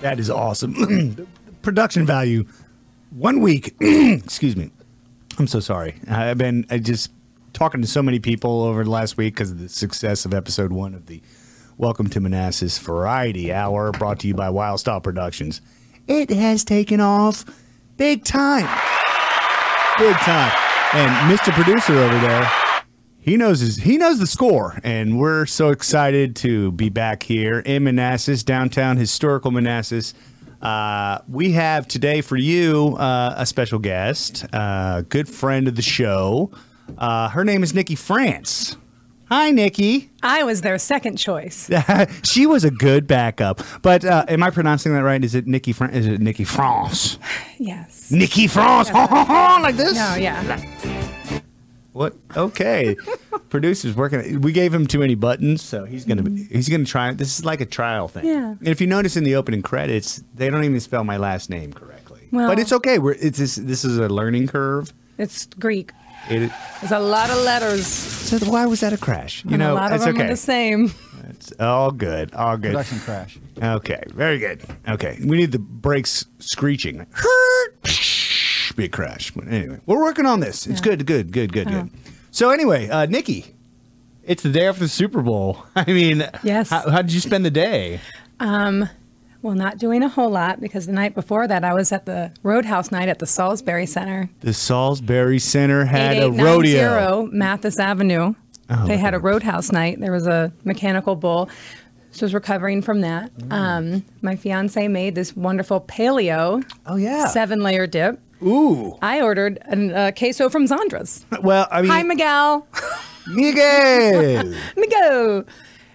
That is awesome. The Production value, one week. excuse me. I'm so sorry. I've been I just talking to so many people over the last week because of the success of episode one of the Welcome to Manassas Variety Hour, brought to you by Wildstyle Productions. It has taken off big time, big time. And Mr. Producer over there, he knows his he knows the score, and we're so excited to be back here in Manassas, downtown historical Manassas. Uh, we have today for you uh, a special guest, uh, good friend of the show. Uh, her name is Nikki France. Hi, Nikki. I was their second choice. she was a good backup, but uh, am I pronouncing that right? Is it Nikki? Fran- is it Nikki France? Yes. Nikki France, ha ha ha, like this. No, yeah. What? Okay. Producer's working. We gave him too many buttons, so he's gonna he's gonna try. This is like a trial thing. Mm-hmm. Yeah. And if you notice in the opening credits, they don't even spell my last name correctly. Well- but it's okay. We're it's this, this is a learning curve. It's Greek. It, There's a lot of letters. so why was that a crash? You and know, a lot it's of them okay. are the same. It's all good. All good. Production crash. Okay, very good. Okay, we need the brakes screeching. Big crash. But anyway, we're working on this. It's good, good, good, good, good. So anyway, uh, Nikki, it's the day after the Super Bowl. I mean, Yes. How, how did you spend the day? Um, Well, not doing a whole lot because the night before that I was at the Roadhouse night at the Salisbury Center. The Salisbury Center had a 8890 rodeo. Mathis Avenue. Oh, they had a okay. roadhouse night. There was a mechanical bull. So I was recovering from that. Mm. Um, my fiance made this wonderful paleo Oh yeah. seven layer dip. Ooh. I ordered an uh, queso from Zondra's. Well, I mean, Hi, Miguel. Miguel. Miguel.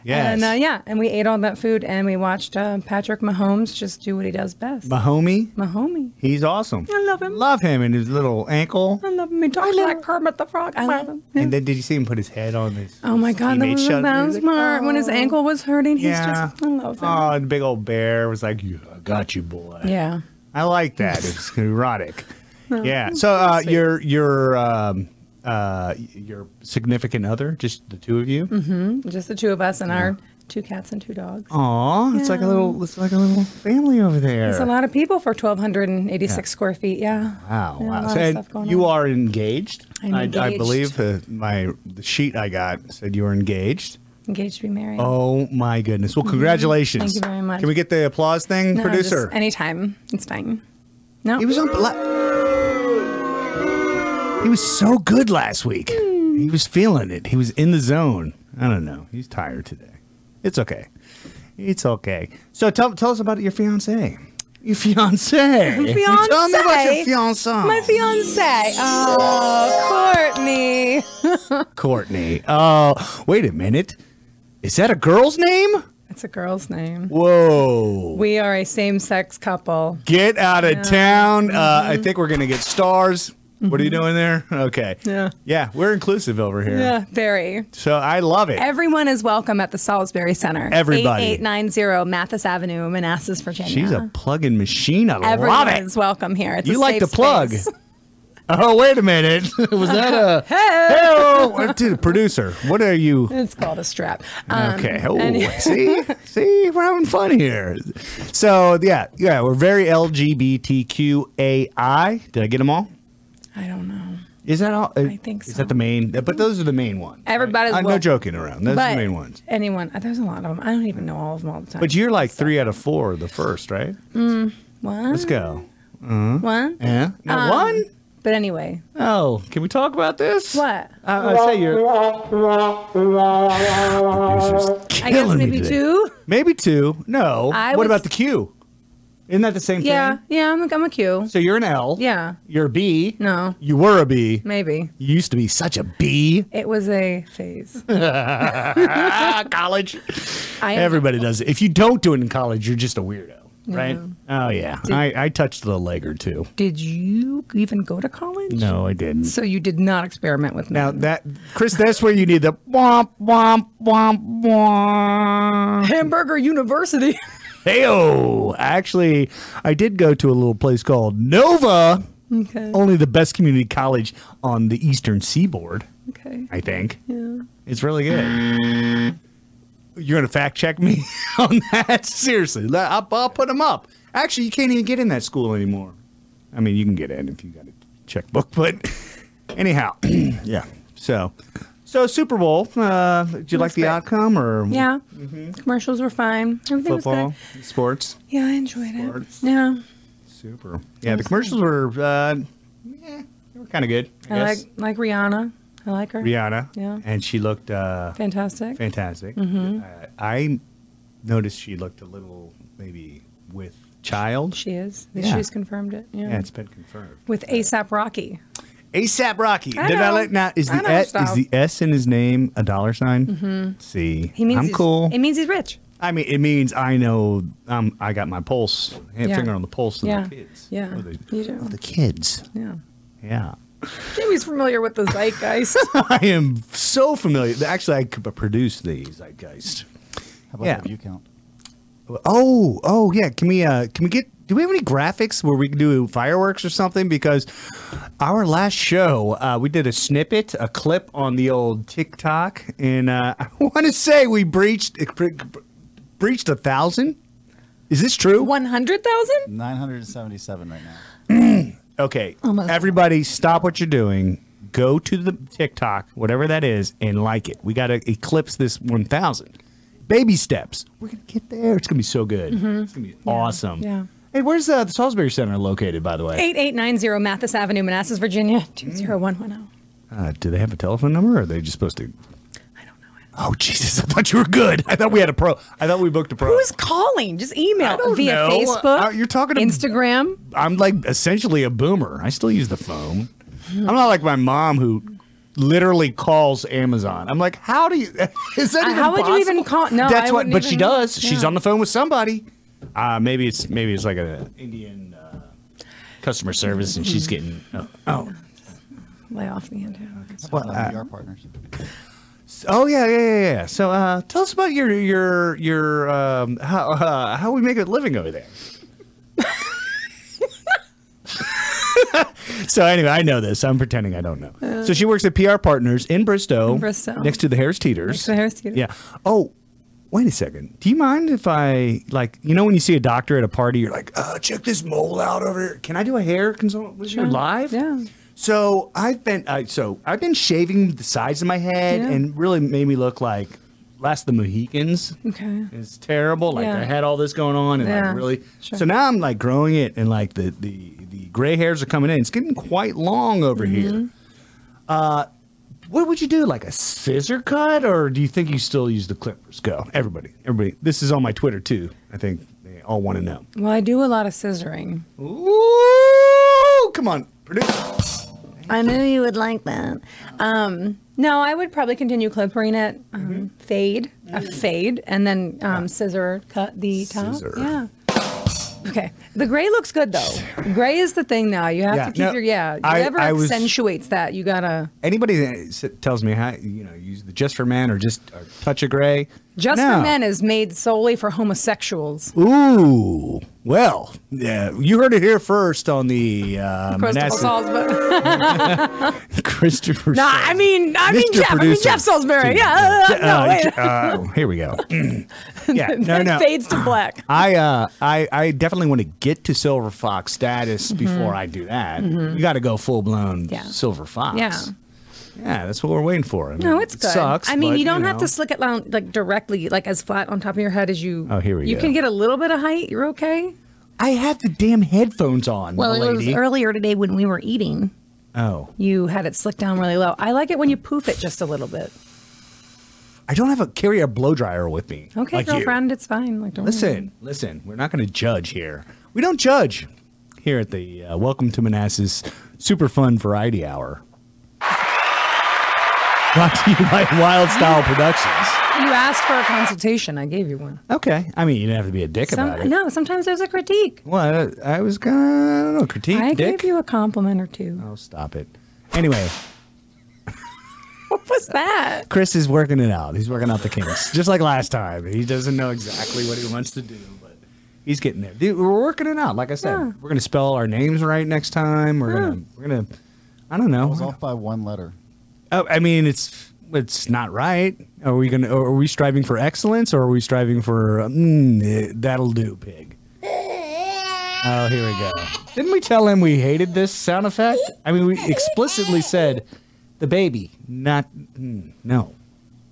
yes. And uh, yeah, and we ate all that food and we watched uh, Patrick Mahomes just do what he does best. Mahomie, Mahomie. he's awesome. I love him. Love him and his little ankle. I love him. He talks like Kermit the Frog. I love him. Yeah. And then did you see him put his head on his? Oh my God, that teammate was shut- so he's like, smart. When his "Oh." ankle was hurting, he's yeah. just, I love him. Oh, and the big old bear was like, "Yeah, I got you, boy." yeah. I like that. It's erotic. Yeah. So uh, your your um, uh, your significant other, just the two of you. Mm-hmm. Just the two of us and our two cats and two dogs. Oh. Aw, it's like a Yeah. little, it's like a little family over there. It's a lot of people for 1,286 Yeah. square feet. Yeah. Wow, Yeah, wow. A lot So, of and stuff going you on. are engaged. I'm I, I engaged. believe uh, my the sheet I got said you were engaged. Engaged to be married. Oh my goodness! Well, congratulations. Mm-hmm. Thank you very much. Can we get the applause thing, No, just producer? anytime. It's fine. No. He was on. La- he was so good last week. Hmm. He was feeling it. He was in the zone. I don't know. He's tired today. It's okay. It's okay. So tell tell us about your fiance. Your fiance. Tell me about your fiancé? fiance. My fiance. Oh, Courtney. Courtney. Oh, wait a minute. Is that a girl's name? That's a girl's name. Whoa. We are a same sex couple. Get out of town. Uh, Mm-hmm. I think we're going to get stars. What are you doing there? Okay. Yeah. Yeah, we're inclusive over here. Yeah, very. So I love it. Everyone is welcome at the Salisbury Center. Everybody. 8890 Mathis Avenue, Manassas, Virginia. She's a plug-in machine. I Everyone love it. is welcome here. It's a You like safe to plug. space. Oh, wait a minute. Was that a hey? Dude, producer, what are you? It's called a strap. Um, Okay. Oh, any- see, see, we're having fun here. So yeah, yeah, we're very LGBTQAI. Did I get them all? I don't know. Is that all? I think Is so. that the main? But those are the main ones. Everybody's I'm Uh, no wel- joking around. Those are but the main ones. anyone, there's a lot of them. I don't even know all of them all the time. But you're like three out of four, of the first, right? one, Let's go. one. Yeah. No, Um, one. But anyway, Oh, can we talk about this? what? I, I say you're I guess maybe two. Maybe two. No. I what was- about the Q? Isn't that the same Yeah, thing? yeah. I'm a, I'm a Q. So you're an L. Yeah. You're a B. No. You were a B. Maybe. You used to be such a B. It was a phase. Ah, college. I Everybody does it. If you don't do it in college, you're just a weirdo, right? Yeah. Oh yeah. I, I touched the leg or two. Did you even go to college? No, I didn't. So you did not experiment with Now that Chris, that's where you need the womp womp womp womp. Hamburger University. Heyo! Actually, I did go to a little place called Nova. okay. Only the best community college on the Eastern Seaboard, Okay. I think. Yeah. It's really good. You're gonna fact check me on that? Seriously, I'll, I'll put them up. Actually, you can't even get in that school anymore. I mean, you can get in if you got a checkbook, but anyhow, yeah. So, so Super Bowl. Uh, did you like That's the great. outcome or Yeah. Commercials were fine. Everything Mm-hmm. football, was good. sports? Yeah, I enjoyed Sports. it. Yeah. Super. Yeah, the commercials were, uh, yeah, they were kind of good. I, I, like guess. like Rihanna. I like her. Rihanna. Yeah. And she looked uh, Fantastic. fantastic. Mm-hmm. Uh, I noticed she looked a little maybe with child. She is. Yeah. She's confirmed it. Yeah. yeah, it's been confirmed. With ASAP Rocky. ASAP Rocky. I Did I know. like now? Is I the know S, stuff. is the S in his name a dollar sign? Mm-hmm. See, He means I'm he's- cool. It means he's rich. I mean, it means I know um, I got my pulse, hand Yeah. finger on the pulse of Yeah. the kids. Yeah. Of the, You do. of the kids. Yeah. Yeah. Jamie's familiar with the zeitgeist. I am so familiar. Actually, I could produce the Zeitgeist. How about Yeah. the view count? Oh, oh yeah. Can we uh can we get do we have any graphics where we can do fireworks or something? Because our last show, uh, we did a snippet, a clip on the old TikTok, and uh, I want to say we breached breached a thousand. Is this true? 100,000? 977 right now. Okay, Almost. everybody, stop what you're doing. Go to the TikTok, whatever that is, and like it. We got to eclipse this 1,000. Baby steps. We're gonna get there. It's gonna be so good. It's gonna be awesome. Mm-hmm. yeah. Hey, where's uh, the Salisbury Center located, by the way? 8890 Mathis Avenue, Manassas, Virginia, 20110. Uh, do they have a telephone number, or are they just supposed to? I don't know. Oh Jesus! I thought you were good. I thought we had a pro. I thought we booked a pro. Who's calling? Just email I don't via know. Facebook. Uh, you're talking to- Instagram. I'm like essentially a boomer. I still use the phone. I'm not like my mom who literally calls Amazon. I'm like, how do you? Is that Uh, even how would you even possible? call- no, that's I what. wouldn't But she even- does. She's yeah. on the phone with somebody. Uh, maybe it's maybe it's like a Indian uh, customer service, and she's getting. Oh, oh, Lay off the antenna. Well, we are partners. Oh, yeah, yeah, yeah, yeah. So uh, tell us about your your your um, how uh, how we make a living over there. so anyway, I know this. I'm pretending I don't know. so she works at PR Partners in Bristow, Uh, In Bristow. next to the Harris Teeters. Next to the Harris Teeter. Yeah. Oh, wait a second. Do you mind if I like you know when you see a doctor at a party, you're like, uh, check this mole out over here. Can I do a hair consult with you Sure. live? Yeah. So I've been I so I've been shaving the sides of my head Yeah. and really made me look like last of the Mohicans. Okay. It's terrible. Like Yeah. I had all this going on and Yeah, like really sure. so now I'm like growing it and like the the the gray hairs are coming in. It's getting quite long over Mm-hmm. here. Uh what would you do? Like a scissor cut or do you think you still use the clippers? Go. Everybody. Everybody. This is on my Twitter too. I think they all want to know. Well, I do a lot of scissoring. Ooh, come on. Produce. I knew you would like that. Um, no, I would probably continue clippering it, um, fade, a fade, and then um, scissor cut the top. Scissor. Yeah. Okay. The gray looks good though. Gray is the thing now. You have Yeah, to keep no, your yeah. I- Whatever I was- accentuates that, you gotta anybody that s- tells me how you know use the just for men or just or touch of gray just no. for men is made solely for homosexuals. ooh well yeah you heard it here first on the uh Crystal Manassas- Saul's- but- christopher Nah, I mean, I mean Mr. Jeff, I mean Producer. Jeff Salisbury. Yeah, uh, no, uh, wait. uh, here we go yeah no It no fades to black. I uh I, I definitely want to get to Silver Fox status before I do that. You got to go full blown Mm-hmm. Yeah. Silver Fox. Yeah. yeah, that's what we're waiting for. I mean, No, it's it good. Sucks. I mean, but, you don't have know. to slick it down like directly, like as flat on top of your head as you. Oh, here we You go. can get a little bit of height. You're okay. I have the damn headphones on. Well, it was lady. earlier today when we were eating. oh. You had it slicked down really low. I like it when you poof it just a little bit. I don't have a carry a blow dryer with me. Okay, like you. girlfriend, it's fine. Like, don't worry. Listen, listen. We're not going to judge here. We don't judge here at the uh, Welcome to Manassas Super Fun Variety Hour. Brought to you by Wild Style Productions. You asked for a consultation. I gave you one. Okay, I mean you didn't have to be a dick about it. Some, no, sometimes there's a critique. Well, I, I was gonna I don't know critique I dick. gave you a compliment or two. oh, stop it. Anyway, What was that? Chris is working it out. He's working out the kinks, just like last time. He doesn't know exactly what he wants to do, but he's getting there. Dude, we're working it out. Like I said, Yeah. we're gonna spell our names right next time. We're gonna, we're gonna. I don't know. I was off by one letter. Oh, I mean, it's it's not right. Are we gonna? Are we striving for excellence, or are we striving for mm, eh, that'll do, pig? Oh, here we go. Didn't we tell him we hated this sound effect? I mean, we explicitly said the baby, not mm, no,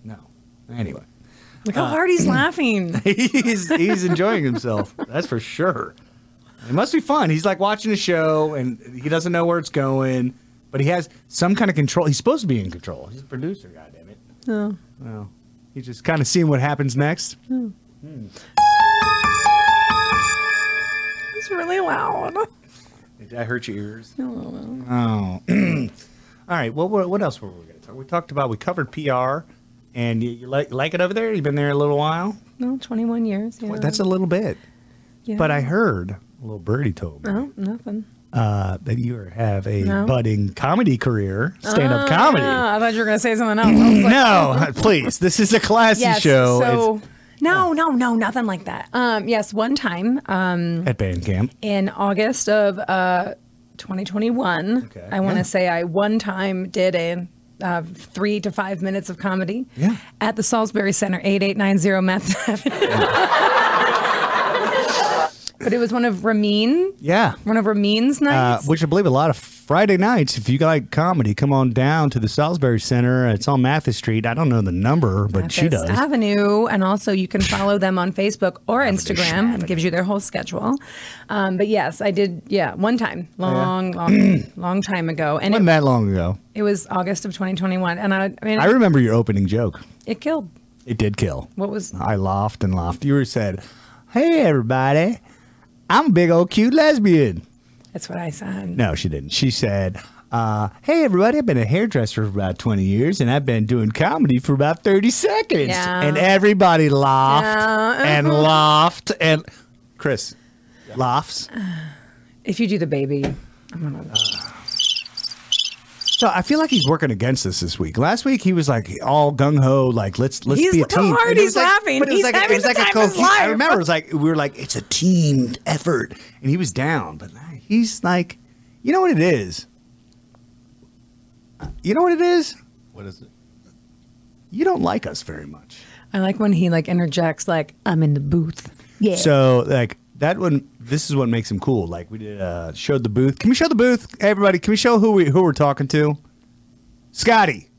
no. Anyway, Look how hard he's laughing. he's he's enjoying himself. That's for sure. It must be fun. He's like watching a show and he doesn't know where it's going, but he has some kind of control. He's supposed to be in control. He's a producer. God damn it. Oh. Well, he's just kind of seeing what happens next. It's really loud. Did I hurt your ears? Oh. All right. Well, what, what else were we going to talk? We talked about we covered PR, and you, you like like it over there. You've been there a little while. No, 21 years. Yeah. Well, That's a little bit. Yeah. But I heard a little birdie told me No, nothing. uh, that you have a No. budding comedy career, stand up comedy. Ah, I thought you were going to say something else. I was like, No, please. This is a classy yes. show. So, no, no, no, nothing like that. Um, yes, one time um, It's at Bandcamp. in August of uh, 2021, Okay. I want to Yeah. say I one time did a uh, three to five minutes of comedy Yeah. at the Salisbury Center, 8890 Meth Avenue. but it was one of Ramin, Yeah. one of Ramin's Uh, nights. which I believe a lot of Friday nights, if you like comedy, come on down to the Salisbury Center. It's on Mathis Street. I don't know the number, but she Memphis does. Avenue, and also you can follow them on Facebook or Instagram. Avenue. It gives you their whole schedule. Um, but yes, I did. Yeah, one time, Oh, long, long, long time ago, and Wasn't it, that long ago. it was August of 2021. And I, I mean, I remember your opening joke. it killed. It did kill. What was? I laughed and laughed. You said, "Hey everybody, I'm a big old cute lesbian." That's what I said. No, she didn't. She said, uh, "Hey everybody, I've been a hairdresser for about 20 years, and I've been doing comedy for about 30 seconds." Yeah. And everybody laughed Yeah. Uh-huh. and laughed and Chris laughs. If you do the baby, I'm gonna. So I feel like he's working against us this week. Last week he was like all gung ho, like let's let's He's- be a look how team. hard And it was he's like- laughing. but it was He's like having it was the like time a of his cohe- I life. remember it was like we were like it's a team effort, and he was down. But he's like, you know what it is. You know what it is. What is it? You don't like us very much. I like when he like interjects, like I'm in the booth. Yeah. So like that one. This is what makes him cool. Like we did uh, showed the booth. Can we show the booth, everybody? Can we show who we who we're talking to? Scotty.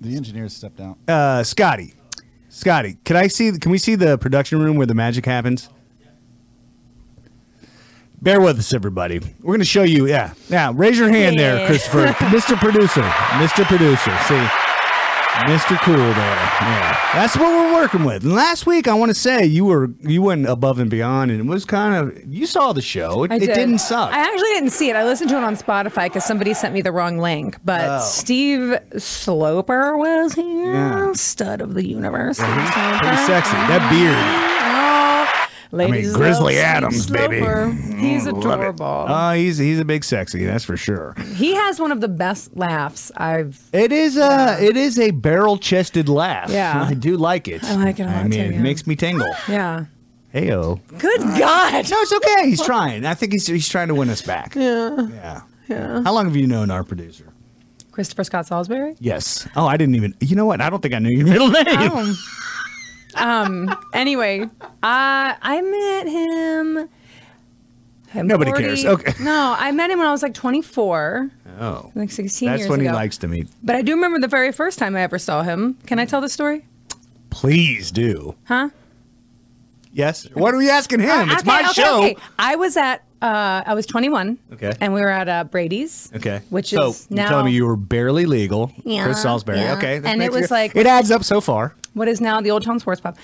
The engineers stepped out. uh, Scotty. Scotty, can I see? Can we see the production room where the magic happens? Bear with us, everybody. We're going to show you. Yeah, yeah. Raise your hand there, Yeah. Christopher, Mr. Producer, Mr. Producer. See, Mr. Cool there. Yeah, that's what we're working with. And last week, I want to say you were you went above and beyond, and it was kind of you saw the show. It, I it did. didn't suck. I actually didn't see it. I listened to it on Spotify because somebody sent me the wrong link. But Oh. Steve Sloper was here, Yeah. stud of the universe. Pretty sexy. That beard. That ladies love Grizzly Steve Adams, baby. Mm, Sloper. He's Love it. adorable. Oh, he's he's a big sexy. That's for sure. he has one of the best laughs I've It is a it is a barrel chested laugh. Yeah. I do like it. I like it a I lot, mean, too, it yeah. makes me tingle. yeah. Uh, Heyo. Good God. No, it's okay. He's trying. I think he's he's trying to win us back. Yeah. Yeah. How long have you known our producer? Christopher Scott Salisbury. Yes. Oh, I didn't even. You know what? I don't think I knew your middle name. um, um, anyway, I I met him. I'm Nobody cares. Okay. No, I met him when I was like 24, Oh. like 16 That's years when ago. he likes to meet. But I do remember the very first time I ever saw him. Can I tell the story? Please do. Huh? Uh, Yes. What are we asking him? it's Ah, Okay, my okay, show. okay. I was at uh, I was 21. Okay. And we were at uh, Brady's. Okay. Which so is you're now telling me you were barely legal. Yeah, Chris Salisbury. yeah. Okay. that And it makes was like- it adds up so far. what is now the Old Town Sports Pub.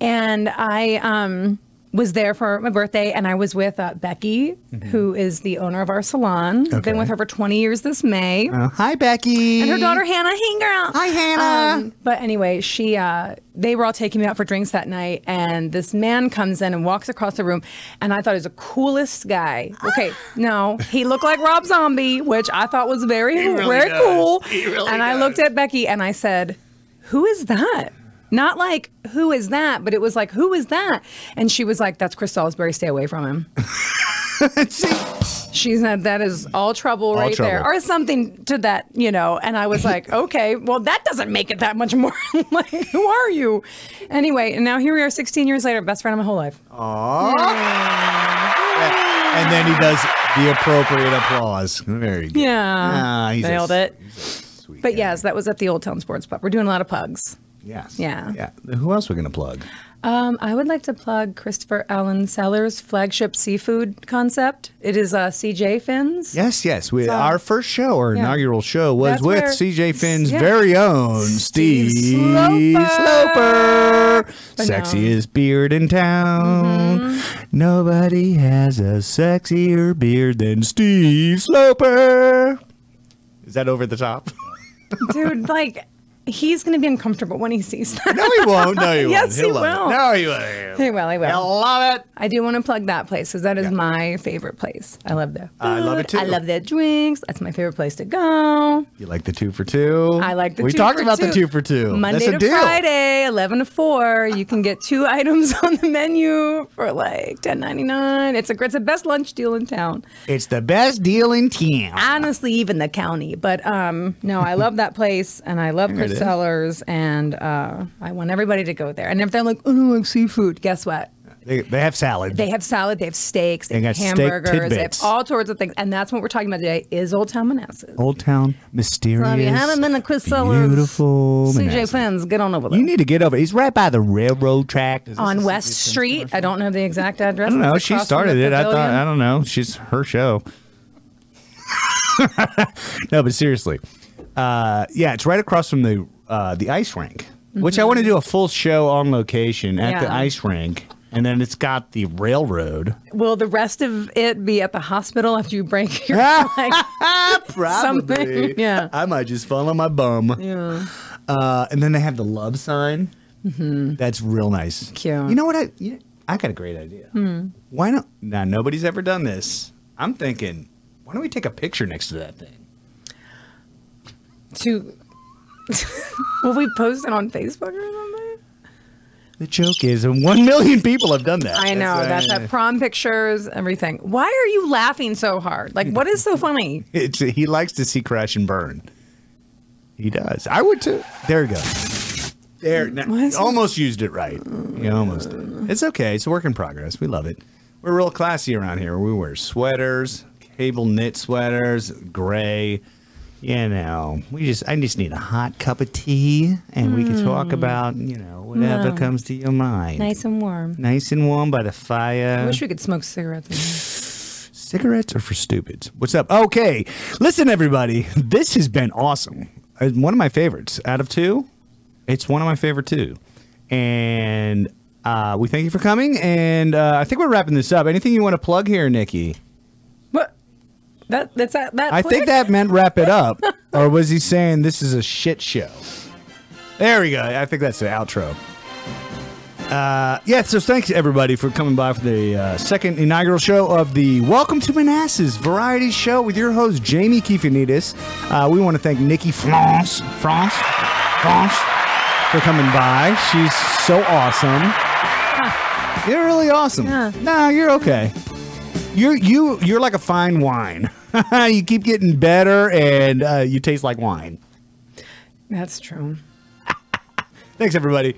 And I um, was there for my birthday, and I was with uh, Becky, who is the owner of our salon. Mm-hmm. Okay. Been with her for 20 years this May. Uh, hi, Becky. and her daughter Hannah, hey girl. Hi, Hannah. Um, but anyway, she uh, they were all taking me out for drinks that night, and this man comes in and walks across the room, and I thought he was the coolest guy. Ah. Okay, no, he looked like Rob Zombie, which I thought was very really very does. cool. He really and I does. looked at Becky and I said, "Who is that?" Not like who is that, but it was like who is that? And she was like, "That's Chris Salisbury. Stay away from him." She said that is all trouble right there, trouble. or something to that, you know. And I was like, okay, well, that doesn't make it that much more. like, who are you? Oh, Anyway, and now here we are, 16 years later, best friend of my whole life. Aw. Yeah, and then he does the appropriate applause. Very good. Yeah. Ah, he's a- Nailed it. he's a sweet But guy. yes, that was at the Old Town Sports Pub. We're doing a lot of pugs. Yes. Yeah. Yeah. Who else we gonna plug? Um, I would like to plug Christopher Allen Sellers' flagship seafood concept. It is uh, CJ Fins. Yes, yes. We, So- our first show, our Yeah. inaugural show, was That's with where- CJ Finn's Yeah. very own Steve, Steve Sloper. Sloper. But no. Sexiest beard in town. Nobody has a sexier beard than Steve Sloper. Is that over the top? Dude, like, he's going to be uncomfortable when he sees that. no, he won't. No, he won't. Yes, He'll he love will. It. No, he won't. He will, he will. He'll love it. I do want to plug that place because that is Yeah. my favorite place. I love their food. I love it I too. love their drinks. That's my favorite place to go. You like the two for two? I like the We two talked for about the two for two. Monday That's a to deal. Friday, eleven to four. You can get two items on the menu for like ten ninety nine. It's a it's the best lunch deal in town. It's the best deal in town. Honestly, even the county. But um, no, I love that place and I love There it Chris is. Sellers and uh, I want everybody to go there. And if they're like, oh no, I like seafood, guess what? They, they have salad. They have salad, they have steaks, they, They got have steak hamburgers, they have tidbits. all sorts of things. And that's what we're talking about today is Old Town Manassas. Old Town, mysterious. So if you haven't been to Chris Sellers, beautiful CJ Manassas. Finn's, get on over there. You need to get over. He's right by the railroad track. I on a West Simpsons Street. I don't know the exact address. don't know. It's She across from started the it. I thought. pavilion. I don't know. She's her show. no, but seriously, uh, yeah, it's right across from the uh, the ice rink, which I want to do a full show on location at the Mm-hmm. Yeah. ice rink, and then it's got the railroad. Will the rest of it be at the hospital after you break your leg? Something, yeah. I might just fall on my bum. Yeah. Uh, and then they have the love sign. That's real nice. Mm-hmm. Cute. Hmm. You know what? I you I got a great idea. Why not? Now nobody's ever done this. I'm thinking, why don't we take a picture next to that thing? To will we post it on Facebook or something? The joke is, and one million people have done that. I know that's, why- at prom pictures, everything. Why are you laughing so hard? Like, what is so funny? It's, he likes to see crash and burn. He does. I would too. There you go. There. now- Why is it- almost used it right. You almost did. It's okay. It's a work in progress. We love it. We're real classy around here. We wear sweaters, cable knit sweaters, gray. You know, we just I just need a hot cup of tea, and we can talk about you know whatever Hmm. Yeah. comes to your mind. Nice and warm. Nice and warm by the fire. I wish we could smoke cigarettes. in here. Cigarettes are for stupids. What's up? Okay. Listen, everybody, this has been awesome. Uh, One of my favorites out of two. It's one of my favorite two. And uh, we thank you for coming. And uh, I think we're wrapping this up. Anything you want to plug here, Nikki? What? That that's that. that I think quick? that meant wrap it up. or was he saying this is a shit show? There we go. I think that's the outro. Uh, yeah, so thanks everybody for coming by for the uh, second inaugural show of the Welcome to Manassas Variety Show with your host Jamie Kifanidis. Uh, we want to thank Nikki France, France, France for coming by. She's so awesome. You're really awesome. Yeah. No, you're okay. You're you you're like a fine wine. you keep getting better, and uh, you taste like wine. that's true. Thanks, everybody.